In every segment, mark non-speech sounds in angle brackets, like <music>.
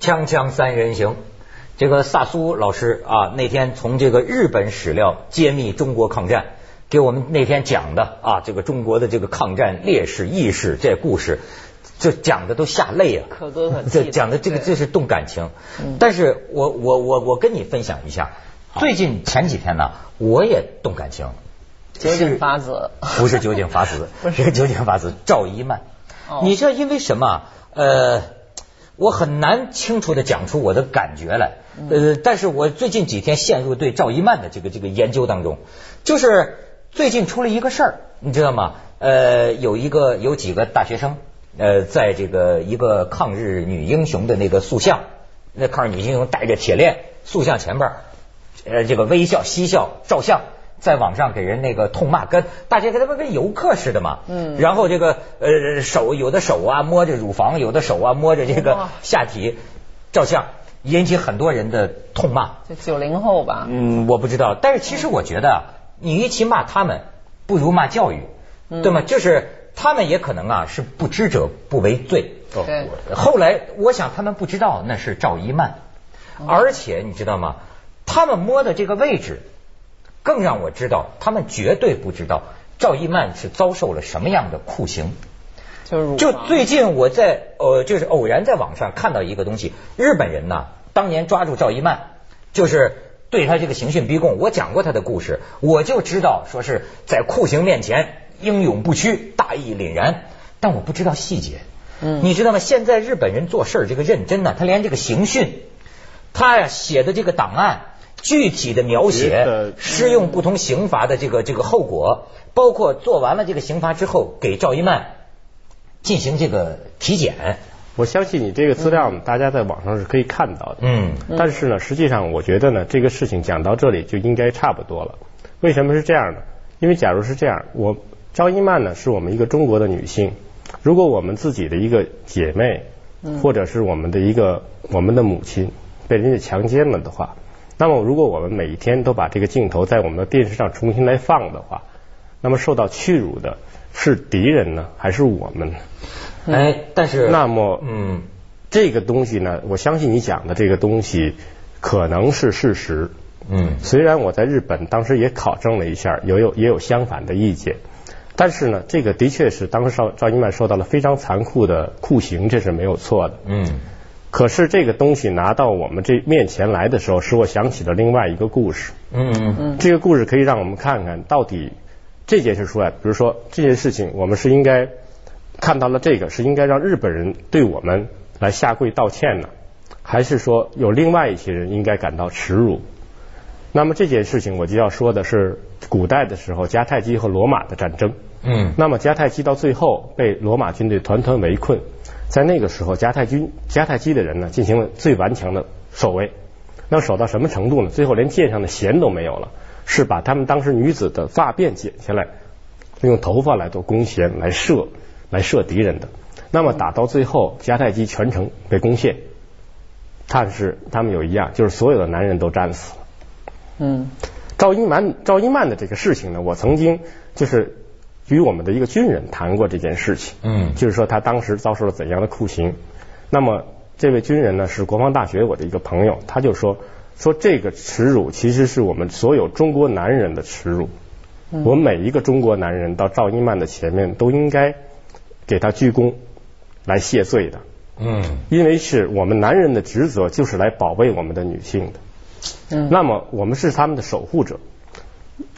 锵锵三人行，这个萨苏老师啊，那天从这个日本史料揭秘中国抗战，给我们那天讲的啊，这个中国的这个抗战烈士、义士这故事，这讲的都吓泪啊，可歌可泣这的讲的这个对这是动感情嗯。但是我我我我跟你分享一下，最近前几天呢，我也动感情，酒井法子，是不是酒井法子 <laughs> 不是是酒井法子，赵一曼。哦你知道因为什么啊？呃，我很难清楚的讲出我的感觉来。呃，但是我最近几天陷入对赵一曼的这个这个研究当中，就是最近出了一个事儿，你知道吗？呃，有一个有几个大学生，呃，在这个一个抗日女英雄的那个塑像，那抗日女英雄带着铁链，塑像前边儿呃，这个微笑嬉笑照相，在网上给人那个痛骂，跟大家跟他们跟游客似的嘛。嗯然后这个呃手有的手啊摸着乳房，有的手啊摸着这个哇下体照相，引起很多人的痛骂。就九零后吧，嗯，我不知道，但是其实我觉得啊，你与其骂他们，不如骂教育，对吗？就是他们也可能啊是不知者不为罪。对后来我想他们不知道那是赵一曼，而且你知道吗？他们摸的这个位置，更让我知道他们绝对不知道赵一曼是遭受了什么样的酷刑。就是乳就房最近我在呃，就是偶然在网上看到一个东西，日本人呐，当年抓住赵一曼，就是对他这个刑讯逼供。我讲过他的故事，我就知道说是在酷刑面前英勇不屈、大义凛然，但我不知道细节。嗯你知道吗？现在日本人做事儿这个认真呢、他连这个刑讯，他呀写的这个档案。具体的描觉得写适用不同刑罚的这个这个后果，包括做完了这个刑罚之后给赵一曼进行这个体检。我相信你这个资料，大家在网上是可以看到的。嗯但是呢，实际上我觉得呢，这个事情讲到这里就应该差不多了。为什么是这样呢？因为假如是这样，我赵一曼呢是我们一个中国的女性，如果我们自己的一个姐妹，或者是我们的一个我们的母亲被人家强奸了的话，那么如果我们每一天都把这个镜头在我们的电视上重新来放的话，那么受到屈辱的是敌人呢，还是我们呢？哎，但是那么嗯，这个东西呢，我相信你讲的这个东西可能是事实。嗯虽然我在日本当时也考证了一下，有有也有相反的意见，但是呢，这个的确是当时赵赵一曼受到了非常残酷的酷刑，这是没有错的。嗯可是这个东西拿到我们这面前来的时候，使我想起了另外一个故事。嗯嗯这个故事可以让我们看看到底这件事出来，比如说这件事情，我们是应该看到了这个，是应该让日本人对我们来下跪道歉呢，还是说有另外一些人应该感到耻辱？那么这件事情我就要说的是，古代的时候迦太基和罗马的战争。嗯那么迦太基到最后被罗马军队团团围困，在那个时候，迦太军迦太基的人呢进行了最顽强的守卫，那守到什么程度呢？最后连剑上的弦都没有了，是把他们当时女子的发辫剪下来，用头发来做弓弦来射来射敌人的。那么打到最后，迦太基全城被攻陷，但是他们有一样，就是所有的男人都战死了。嗯赵一曼赵一曼的这个事情呢，我曾经就是与我们的一个军人谈过这件事情，嗯就是说他当时遭受了怎样的酷刑。那么这位军人呢是国防大学我的一个朋友，他就说说这个耻辱其实是我们所有中国男人的耻辱。嗯我们每一个中国男人到赵一曼的前面都应该给他鞠躬来谢罪的，嗯因为是我们男人的职责就是来保卫我们的女性的。嗯，那么我们是他们的守护者。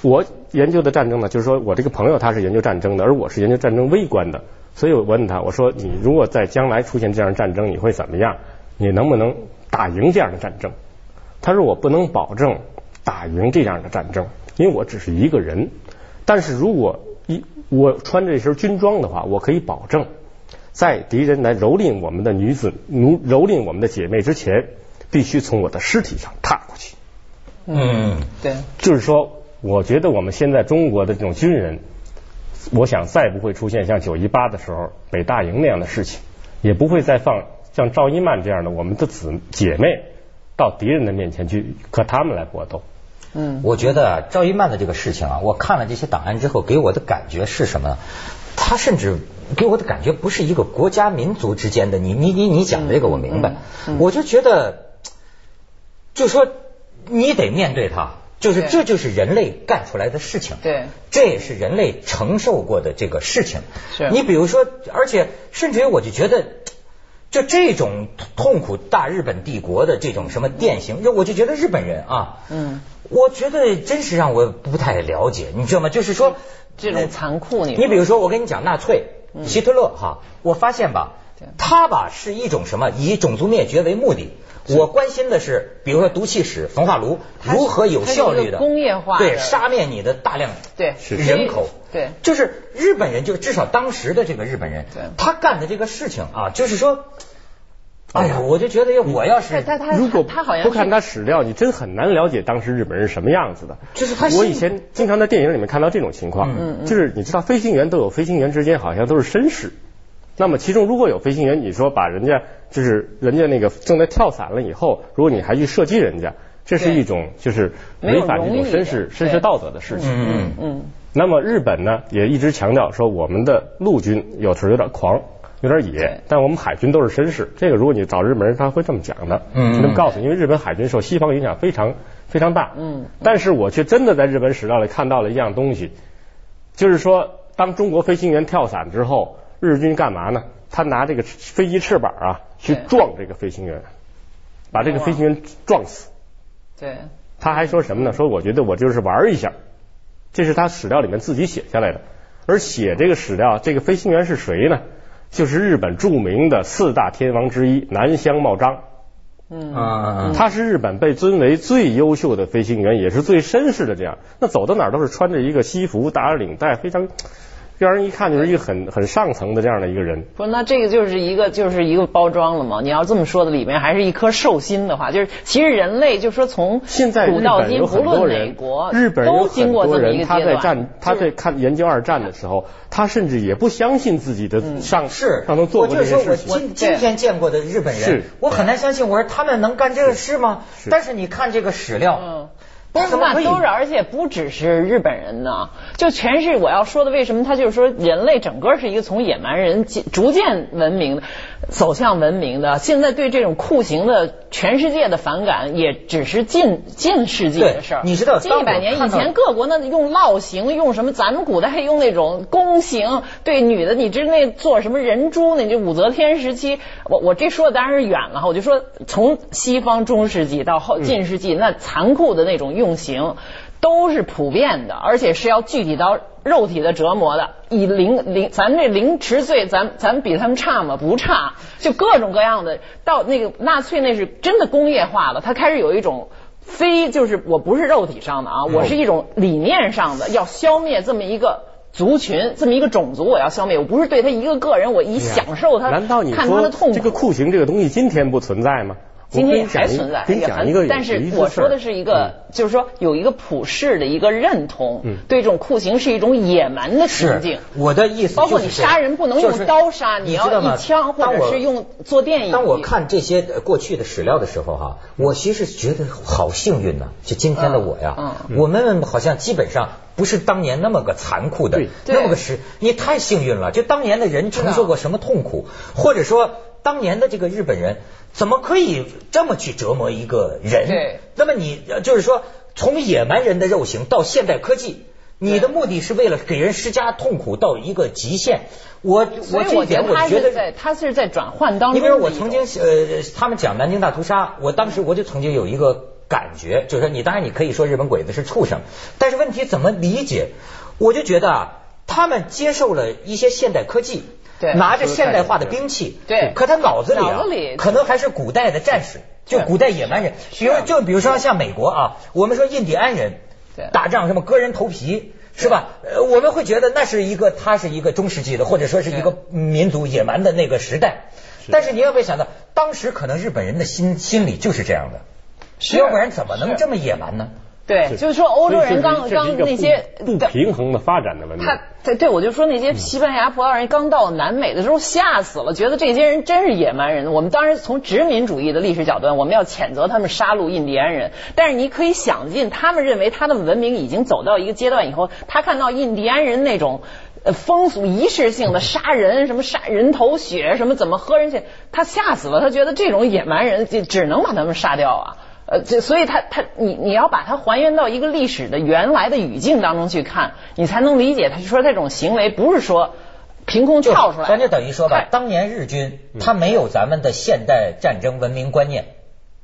我研究的战争呢，就是说我这个朋友他是研究战争的，而我是研究战争微观的，所以我问他，我说你如果在将来出现这样的战争，你会怎么样？你能不能打赢这样的战争？他说我不能保证打赢这样的战争，因为我只是一个人。但是如果一我穿着一身军装的话，我可以保证，在敌人来蹂躏我们的女子、奴蹂躏我们的姐妹之前，必须从我的尸体上踏过去。嗯对，就是说，我觉得我们现在中国的这种军人，我想再不会出现像九一八的时候北大营那样的事情，也不会再放像赵一曼这样的我们的姊姐妹到敌人的面前去和他们来搏斗。嗯我觉得啊赵一曼的这个事情啊，我看了这些档案之后，给我的感觉是什么呢？他甚至给我的感觉不是一个国家民族之间的，你你你你讲这个我明白，嗯嗯嗯我就觉得，就说你得面对它，就是对这就是人类干出来的事情，对，这也是人类承受过的这个事情。是你比如说，而且甚至于我就觉得。就这种痛苦大日本帝国的这种什么典型，就我就觉得日本人啊，嗯，我觉得真是让我不太了解，你知道吗？就是说呃这种残酷你嗯你比如说，我跟你讲纳粹、希特勒哈，我发现吧对，他吧是一种什么？以种族灭绝为目的。我关心的是，比如说毒气室、焚化炉它是如何有效率它是一个的工业化的对杀灭你的大量对是人口。对就是日本人，就至少当时的这个日本人对，他干的这个事情啊，就是说，哎呀，我就觉得我要对是他他嗯如果他好像不看是他史料，你真很难了解当时日本人是什么样子的。就是他我心以前经常在电影里面看到这种嗯情况，就是你知道飞行员都有飞行员之间好像都是绅士。那么其中如果有飞行员，你说把人家就是人家那个正在跳伞了以后，如果你还去射击人家，这是一种就是违反这没有荣种誉的绅士对绅士道德的事情。嗯嗯嗯那么日本呢，也一直强调说我们的陆军有时候有点狂，有点对野，但我们海军都是绅士。这个如果你找日本人，他会这么讲的，嗯就这么告诉你，因为日本海军受西方影响非常非常大。嗯，但是我却真的在日本史料里看到了一样东西，就是说，当中国飞行员跳伞之后，日军干嘛呢？他拿这个飞机翅膀啊去对撞这个飞行员，把这个飞行员撞死。对他还说什么呢？说我觉得我就是玩一下，这是他史料里面自己写下来的。而写这个史料，这个飞行员是谁呢？就是日本著名的四大天王之一南乡茂章，嗯嗯他是日本被尊为最优秀的飞行员，也是最绅士的这样。那走到哪儿都是穿着一个西服，打着领带，非常让人一看就是一个很很上层的这样的一个人。不是，那这个就是一个就是一个包装了嘛。你要这么说的，里面还是一颗兽心的话，就是其实人类就说从现在古日到本今，有不很多论哪人国，，日本有都很经过多这么一人个他阶在段战，他在看研究二战的时候，他甚至也不相信自己嗯的上是，上层做我过就这是些说我事情。今今天见过的日本人是，我很难相信，我说他们能干这个事吗？是但是你看这个史料，嗯。不是怎么那可以都是，而且不只是日本人呢，就全是我要说的。为什么他就是说人类整个是一个从野蛮人进逐渐文明的走向文明的，现在对这种酷刑的全世界的反感，也只是近近世纪的事儿。对你知道近当一百我年以看到前，各国呢用烙刑，用什么？咱们古代还用那种宫刑，对女的，你知那做什么人猪呢？你就武则天时期，我我这说的当然是远了哈，我就说从西方中世纪到后近世纪，那残酷的那种用刑都是普遍的，而且是要具体到。肉体的折磨的，以凌凌，咱们这凌迟罪，咱咱比他们差吗？不差，就各种各样的。到那个纳粹那是真的工业化了，他开始有一种非就是我不是肉体上的啊，我是一种理念上的，要消灭这么一个族群，这么一个种族，我要消灭，我不是对他一个个人，我以享受他，难道你看他说的痛苦。这个酷刑这个东西今天不存在吗？我今天也跟你还讲一存在，跟你也讲很一个，但有是意思我事说儿的是一个，就是说有一个普世的一个认同，对这种酷刑是一种野蛮的情是境。我的意思就是这样，包括你杀人不能就是用刀杀，你你知道要吗一枪或当者我是用做电影。当我看这些呃过去的史料的时候哈、我其实觉得好幸运呐、就今天的我呀、嗯我们好像基本上不是当年那么个残酷的对，那么个时，你太幸运了。就当年的人承受过什么痛苦，或者说当年的这个日本人怎么可以这么去折磨一个人？对那么你呃就是说，从野蛮人的肉刑到现代科技。你的目的是为了给人施加痛苦到一个极限，我所我以这我一觉点得我他觉是得在他是在转换当你中的比一种。如我曾经呃，他们讲南京大屠杀，我当时我就曾经有一个感觉，就是说你当然你可以说日本鬼子是畜生，但是问题怎么理解？我就觉得啊，他们接受了一些现代科技，对拿着现代化的兵器，对可他脑子里啊脑子里可能还是古代的战士，就古代野蛮人，比如是啊就比如说像美国啊，我们说印第安人对打仗什么割人头皮。是吧？呃，我们会觉得那是一个，它是一个中世纪的，或者说是一个民族野蛮的那个时代。但是你也会想到，当时可能日本人的心心理就是这样的，是要不然怎么能是这么野蛮呢？对，就是说欧洲人刚所以这是刚一个那些不不平嗯衡的发展的问题。他对对，我就说那些西班牙、葡萄牙人刚到南美的时候吓死了，觉得这些人真是野蛮人。我们当然从殖民主义的历史角度，我们要谴责他们杀戮印第安人，但是你可以想尽，他们认为他的文明已经走到一个阶段以后，他看到印第安人那种。呃风俗仪式性的杀人，什么杀人头血，什么怎么喝人血，他吓死了，他觉得这种野蛮人就只能把他们杀掉啊。呃，这所以他他你你要把它还原到一个历史的原来的语境当中去看，你才能理解他说他这种行为不是说凭空就跳出来的。嗯咱就等于说吧看，当年日军他没有咱们的现代战争文明观念，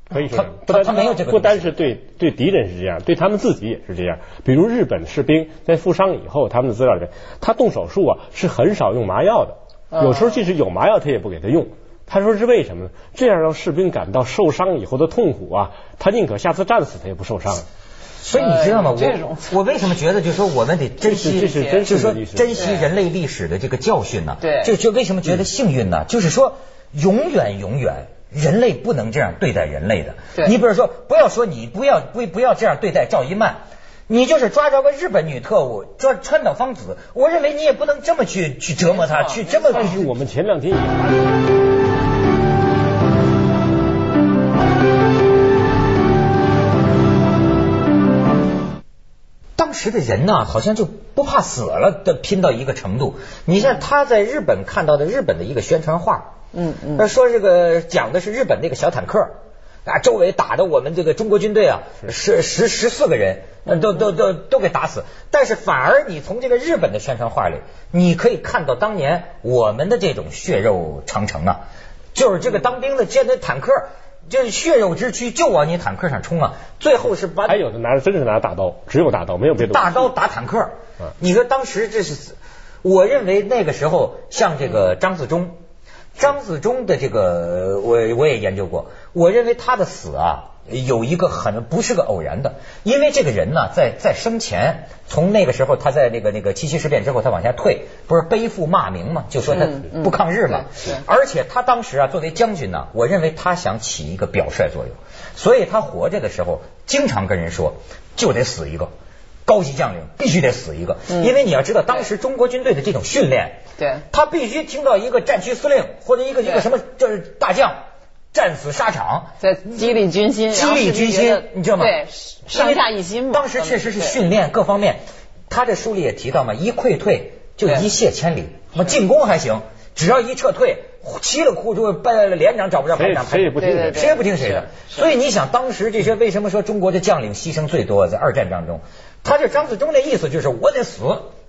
可以啊他说，他不单他没有这个不东西单是对对敌人是这样，对他们自己也是这样。比如日本士兵在负伤以后，他们的资料里面，他动手术啊是很少用麻啊药的，有时候即使有麻药，他也不给他用。他说是为什么呢？这样让士兵感到受伤以后的痛苦啊，他宁可下次战死，他也不受伤。所以你知道吗？哎这种我我为什么觉得就是说我们得珍惜，这是这是真实就的是说历史珍惜对人类历史的这个教训呢、对就就为什么嗯觉得幸运呢？就是说永远永远。人类不能这样对待人类的对。你比如说，不要说你不要不不要这样对待赵一曼，你就是抓着个日本女特务抓川岛芳子，我认为你也不能这么去去折磨她，没错去这么但是我们前两天也发现。当时的人呐、好像就不怕死了的拼到一个程度。你像他在日本看到的日本的一个宣传画，嗯嗯那说这个讲的是日本那个小坦克。啊，周围打的我们这个中国军队啊，十十十四个人，呃嗯都都都都给打死。但是反而你从这个日本的宣传画里，你可以看到当年我们的这种血肉长城啊，就是这个当兵的见那坦克，就是血肉之躯就往你坦克上冲啊，最后是把还有的拿着真是拿着大刀，只有大刀，没有别的武器。大刀打坦克嗯。你说当时这是，我认为那个时候像这个张自忠，张自忠的这个我我也研究过，我认为他的死啊。有一个很不是个偶然的，因为这个人呢，在在生前，从那个时候他在那个那个七七事变之后，他往下退，不是背负骂名嘛，就说他嗯嗯不抗日嘛。对对而且他当时啊，作为将军呢，我认为他想起一个表率作用，所以他活着的时候经常跟人说，就得死一个。高级将领必须得死一个，嗯因为你要知道，当时中国军队的这种训练，对他必须听到一个战区司令或者一个一对个什么就是大将战死沙场，在激励军心，激励军然后心是觉得，你知道吗？对，上下一心嘛。嗯当时确实是训练各方面，他这书里也提到嘛，一溃退就一泻千里，什么进攻还行，只要一撤退，稀里糊涂奔连长找不着谁排也长，谁也不听对谁对。谁也不听谁的。是是所以你想，当时这些为什么说中国的将领牺牲最多，在二战当中，他这张自忠的意思就是我得死，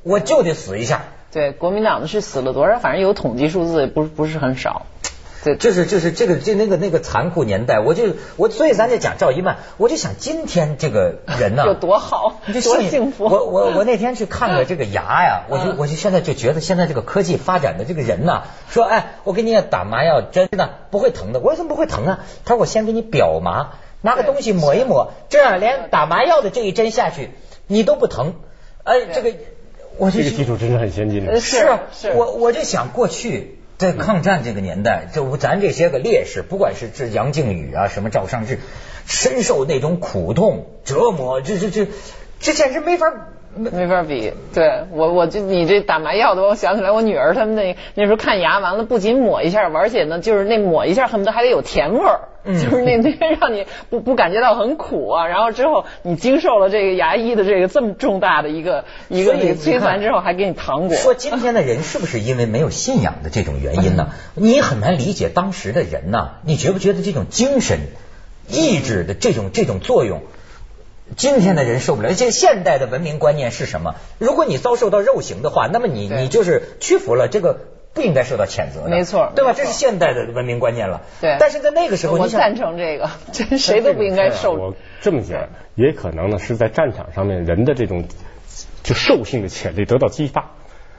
我就得死一下。对对国民党的是死了多少？反正有统计数字，不是不是很少。对，就是就是这个这那个那个残酷年代，我就我所以咱就讲赵一曼，我就想今天这个人呐、有多好嗯你就多信幸福我我我那天去看了这个牙呀，我就嗯我就现在就觉得现在这个科技发展的这个人呐、说哎，我给你打麻药针呢，不会疼的。我说怎么不会疼啊？他说我先给你表麻，拿个东西抹一抹，这样连打麻药的这一针下去你都不疼。哎，这个我就这个技术真是很先进的呃。是是嗯我我就想过去在抗战这个年代，就咱这些个烈士，不管是这杨靖宇啊，什么赵尚志，深受那种苦痛折磨，这这这这简直没法。没 <laughs> 没法比，对我我就你这打麻药的，我想起来我女儿他们那那时候看牙，完了不仅抹一下，而且呢就是那抹一下恨不得还得有甜味儿，嗯就是那那让你不不感觉到很苦啊。然后之后你经受了这个牙医的这个这么重大的一个一个所以那个摧你看残之后，还给你糖果。说今天的人是不是因为没有信仰的这种原因呢？嗯你很难理解当时的人呐、你觉不觉得这种精神、意志的这种这种作用，今天的人受不了。而且现代的文明观念是什么？如果你遭受到肉刑的话，那么你对你就是屈服了，这个不应该受到谴责的，没错对吧？没错这是现代的文明观念了。对但是在那个时候，我你想赞成这个，这谁都不应该受。我这么讲，也可能呢是在战场上面人的这种就兽性的潜力得到激发。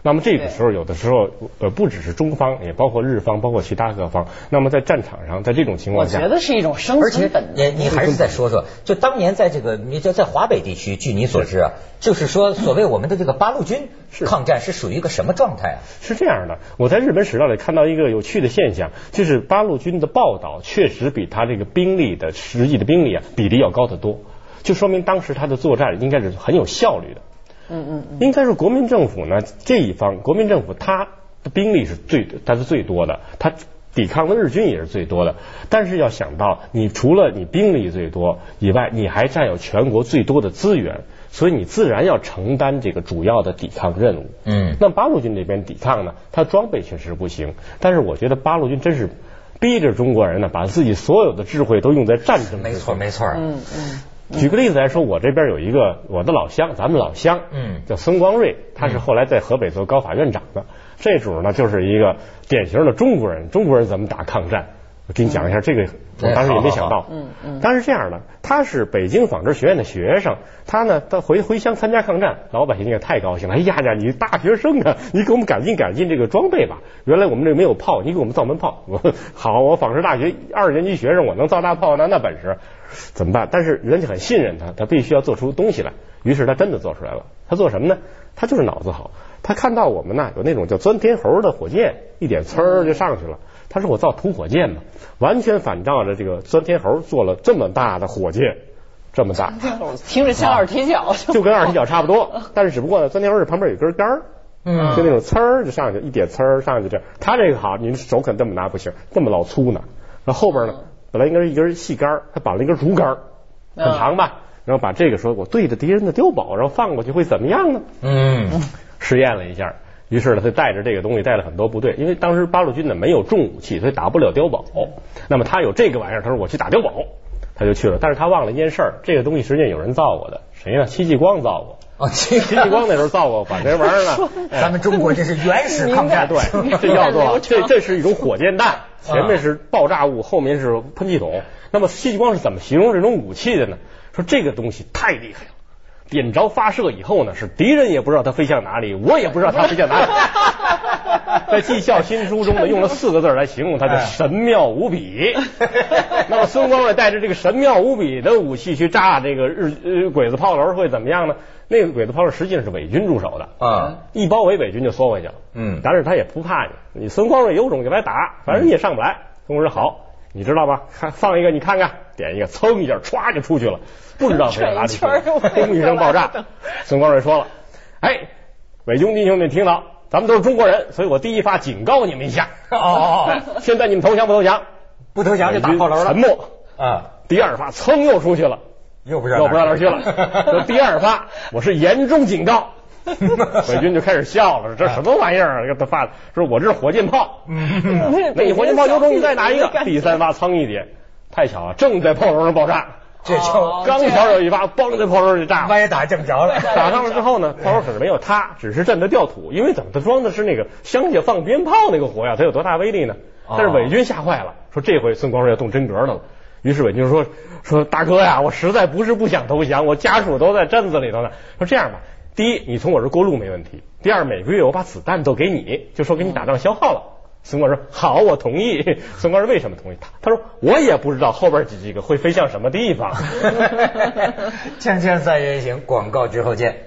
那么这个时候，有的时候呃，不只是中方，也包括日方，包括其他各方。那么在战场上，在这种情我况下，觉得是一种 <laughs> 生而存且本能。你你还是再说说，就当年在这个你在在华北地区，据你所知啊，就是说所谓我们的这个八路 <laughs> 军抗战是属于一个什么状态啊？是这样的，我在日本史料里看到一个有趣的现象，就是八路军的报道确实比他这个兵力的实际的兵力啊比例要高得多，就说明当时他的作战应该是很有效率的。嗯嗯嗯，应该是国民政府呢这一方，国民政府他的兵力是最，他是最多的，他抵抗的日军也是最多的。但是要想到，你除了你兵力最多以外，你还占有全国最多的资源，所以你自然要承担这个主要的抵抗任务。嗯那八路军这边抵抗呢，他装备确实不行，但是我觉得八路军真是逼着中国人呢，把自己所有的智慧都用在战争。没错，没错。嗯嗯，举个例子来说，我这边有一个我的老乡，咱们老乡，嗯叫孙光瑞，他是后来在河北做高法院长的。这主呢，就是一个典型的中国人，中国人怎么打抗战？我给你讲一下这个，我当时也没想到。嗯嗯他是这样的，他是北京纺织学院的学生，他呢，他回回乡参加抗战，老百姓也太高兴了，哎呀呀，你大学生啊，你给我们改进改进这个装备吧。原来我们这没有炮，你给我们造门炮。 <laughs> 我好，我纺织大学二年级学生，我能造大炮，那那本事怎么办？但是人家很信任他，他必须要做出东西来。于是他真的做出来了。他做什么呢？他就是脑子好。他看到我们呢有那种叫钻天猴的火箭，一点呲儿就上去了。他说我造土火箭嘛，完全反照着这个钻天猴做了这么大的火箭， <laughs> 这么大，听着像二踢脚，就跟二踢脚差不多。但是只不过呢，钻天猴是旁边有根杆儿，嗯就那种呲儿就上去，一点呲儿上去这样。他这个好，您手肯这么拿不行，这么老粗呢。那后边呢，本来应该是一根细杆儿，他绑了一根竹竿儿，嗯很长吧。然后把这个说，我对着敌人的碉堡，然后放过去会怎么样呢？嗯试验了一下，于是呢，他带着这个东西带了很多部队，因为当时八路军呢没有重武器，所以打不了碉堡。那么他有这个玩意儿，他说我去打碉堡，他就去了。但是他忘了一件事儿，这个东西实际上有人造过的，谁呢？戚继光造过。哦，这戚继个光那时候造过，把这玩意儿呢，<laughs> 哎咱们中国真是原始抗战，啊对，这叫做这这是一种火箭弹，前面是爆炸物，后面是喷气筒。那么戚继光是怎么形容这种武器的呢？说这个东西太厉害了。点着发射以后呢，是敌人也不知道它飞向哪里，我也不知道它飞向哪里。在《技校新书》中呢，用了四个字来形容它叫“神妙无比”。那么孙光瑞带着这个神妙无比的武器去炸这个日呃鬼子炮楼会怎么样呢？那个鬼子炮楼实际上是伪军驻守的，啊，一包围伪军就缩回去了。嗯但是他也不怕你，你孙光瑞有种就来打，反正你也上不来。孙光瑞说好，你知 <laughs> 道吧？看放一个，你看看，点一个，噌一下，歘就出去了，不知道飞到哪里去了转一圈儿，又轰一声爆炸回来了。孙光瑞说了，哎，伪军弟兄们听到，咱们都是中国人，所以我第一发警告你们一下，哦哦哦， <laughs> 现在你们投降不投降？不投降就打炮楼沉了默。啊，第二发，噌又出去了，又不知道又不知道哪儿去了。 <laughs> 就 <laughs> 第二发，我是严重警告。 <laughs> 伪军就开始笑了，说这什么玩意儿啊？他发的，说我这是火箭炮。嗯那你火箭炮有种你再拿一个。第三发苍一点，太巧了，啊正在炮楼上爆炸，哦这就刚巧有一发，嘣，在炮楼上就炸了。歪打正 <laughs> 着了，打上了之后呢，炮楼可是没有塌，只是震得掉土，因为怎么它装的是那个乡下放鞭炮那个火呀，它有多大威力呢？哦但是伪军吓坏了，说这回孙光瑞要动真格的了。于是伪军说说大哥呀，我实在不是不想投降，我家属都在镇子里头呢。说这样吧，第一，你从我这儿过路没问题；第二，每个月我把子弹都给你，就说给你打仗消耗了。孙光说好，我同意。 <laughs> 孙光是为什么同意？他他说我也不知道后边几个会飞向什么地方。 <laughs> 锵锵三人行，广告之后见。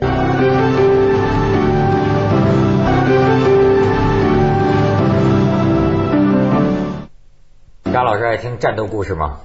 贾老师爱听战斗故事吗？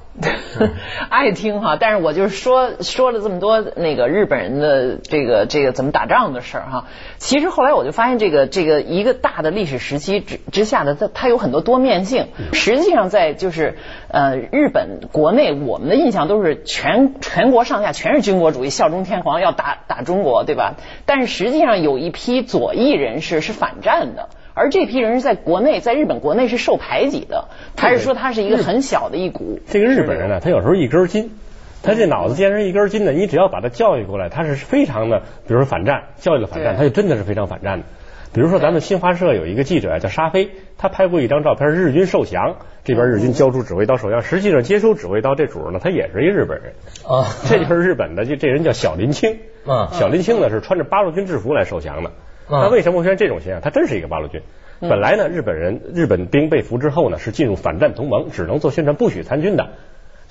<laughs> 爱听哈，但是我就是说说了这么多那个日本人的这个这个怎么打仗的事儿哈。其实后来我就发现，这个这个一个大的历史时期之之下的它它有很多多面性。实际上在就是呃日本国内，我们的印象都是全全国上下全是军国主义，效忠天皇，要打打中国，对吧？但是实际上有一批左翼人士是反战的。而这批人是在国内，在日本国内是受排挤的，还是说他是一个很小的一股？这个日本人呢，他有时候一根筋，他这脑子既然是一根筋呢，你只要把他教育过来，他是非常的，比如说反战，教育了反战，对他就真的是非常反战的。比如说咱们新华社有一个记者啊叫沙飞，他拍过一张照片，日军受降，这边日军交出指挥刀首相，实际上接收指挥刀这主儿呢，他也是一日本人，啊， <laughs> 这就是日本的，就这人叫小林清。嗯小林清呢是穿着八路军制服来受降的。嗯那为什么会出现这种现象？他真是一个八路军。本来呢，日本人日本兵被俘之后呢，是进入反战同盟，只能做宣传，不许参军的。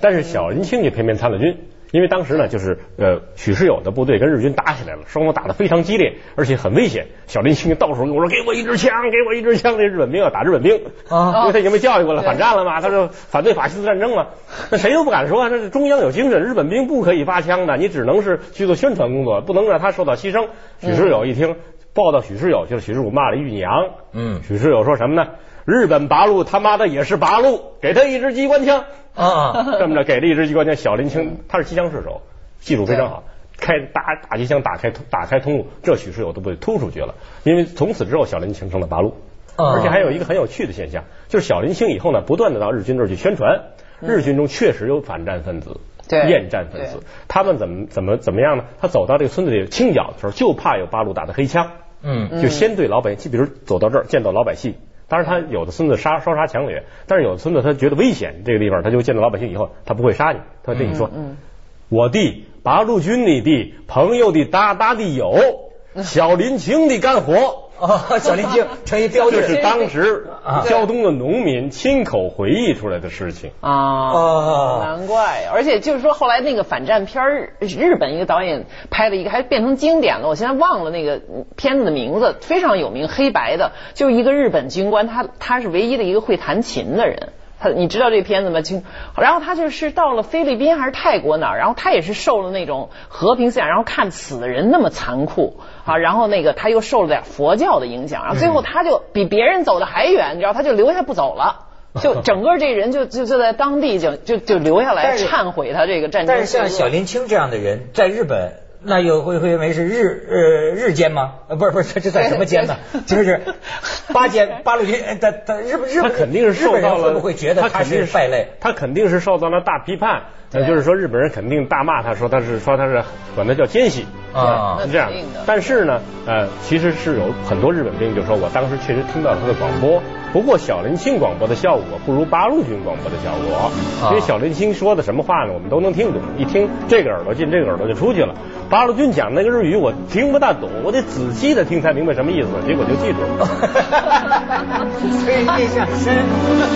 但是小林清就偏偏参了军，因为当时呢，就是呃许世友的部队跟日军打起来了，双方打得非常激烈，而且很危险。小林清到处跟我说：“给我一支枪，给我一支枪！”这日本兵要打日本兵啊因为他已经被教育过了，对反战了嘛，他说反对法西斯战争嘛，那谁都不敢说，那是中央有精神，日本兵不可以发枪的，你只能是去做宣传工作，不能让他受到牺牲。许世友一听报道许世友去了，许世友骂了一句娘，嗯许世友说什么呢？日本八路他妈的也是八路，给他一支机关枪，啊， <laughs> 这么着给了一支机关枪。小林清他是机枪射手，技术非常好，开打打机枪打开打开通路，这许世友都被突出去了，因为从此之后小林清成了八路。啊而且还有一个很有趣的现象，就是小林清以后呢，不断的到日军这儿去宣传，日军中确实有反战分子。嗯对厌战分子对，他们怎么怎么怎么样呢？他走到这个村子里清剿的时候，就怕有八路打的黑枪，嗯就先对老百姓，比如走到这儿见到老百姓，当然他有的村子杀烧杀抢掠，但是有的村子他觉得危险，这个地方他就见到老百姓以后，他不会杀你，他会跟你说，我弟八路军里的朋友的哒哒的友，小林情的干活。哦，小林精成一标 <laughs> 这志是当时胶东的农民亲口回忆出来的事情。啊。哦，难怪，而且就是说，后来那个反战片儿，日本一个导演拍了一个，还变成经典了。我现在忘了那个片子的名字，非常有名，黑白的，就是一个日本军官，他他是唯一的一个会弹琴的人。他你知道这片子吗？清，然后他就是到了菲律宾还是泰国哪儿，然后他也是受了那种和平思想，然后看死的人那么残酷啊，然后那个他又受了点佛教的影响，然后最后他就比别人走的还远，你知道，他就留下不走了。就整个这人就就就在当地就就就留下来但是忏悔他这个战争但记是像录。小林清这样的人，在日本。那有会会认为是日呃日奸吗？呃不是不是，这这在什么奸呢？就是八奸八路军，呃他他日本日他本肯定是日受本到人了，会不会觉得他肯定是败类？ <laughs> 他肯定是受到了大批判，对也就是说日本人肯定大骂他，说他是说他是管他叫奸细啊是这样那肯定的。但是呢，呃，其实是有很多日本兵就说，我当时确实听到他的广播，不过小林清广播的效果不如八路军广播的效果，啊因为小林清说的什么话呢，我们都能听懂，一听这个耳朵进这个耳朵就出去了。八路军讲那个日语我听不大懂，我得仔细的听才明白什么意思，结果就记住了。所以印象深。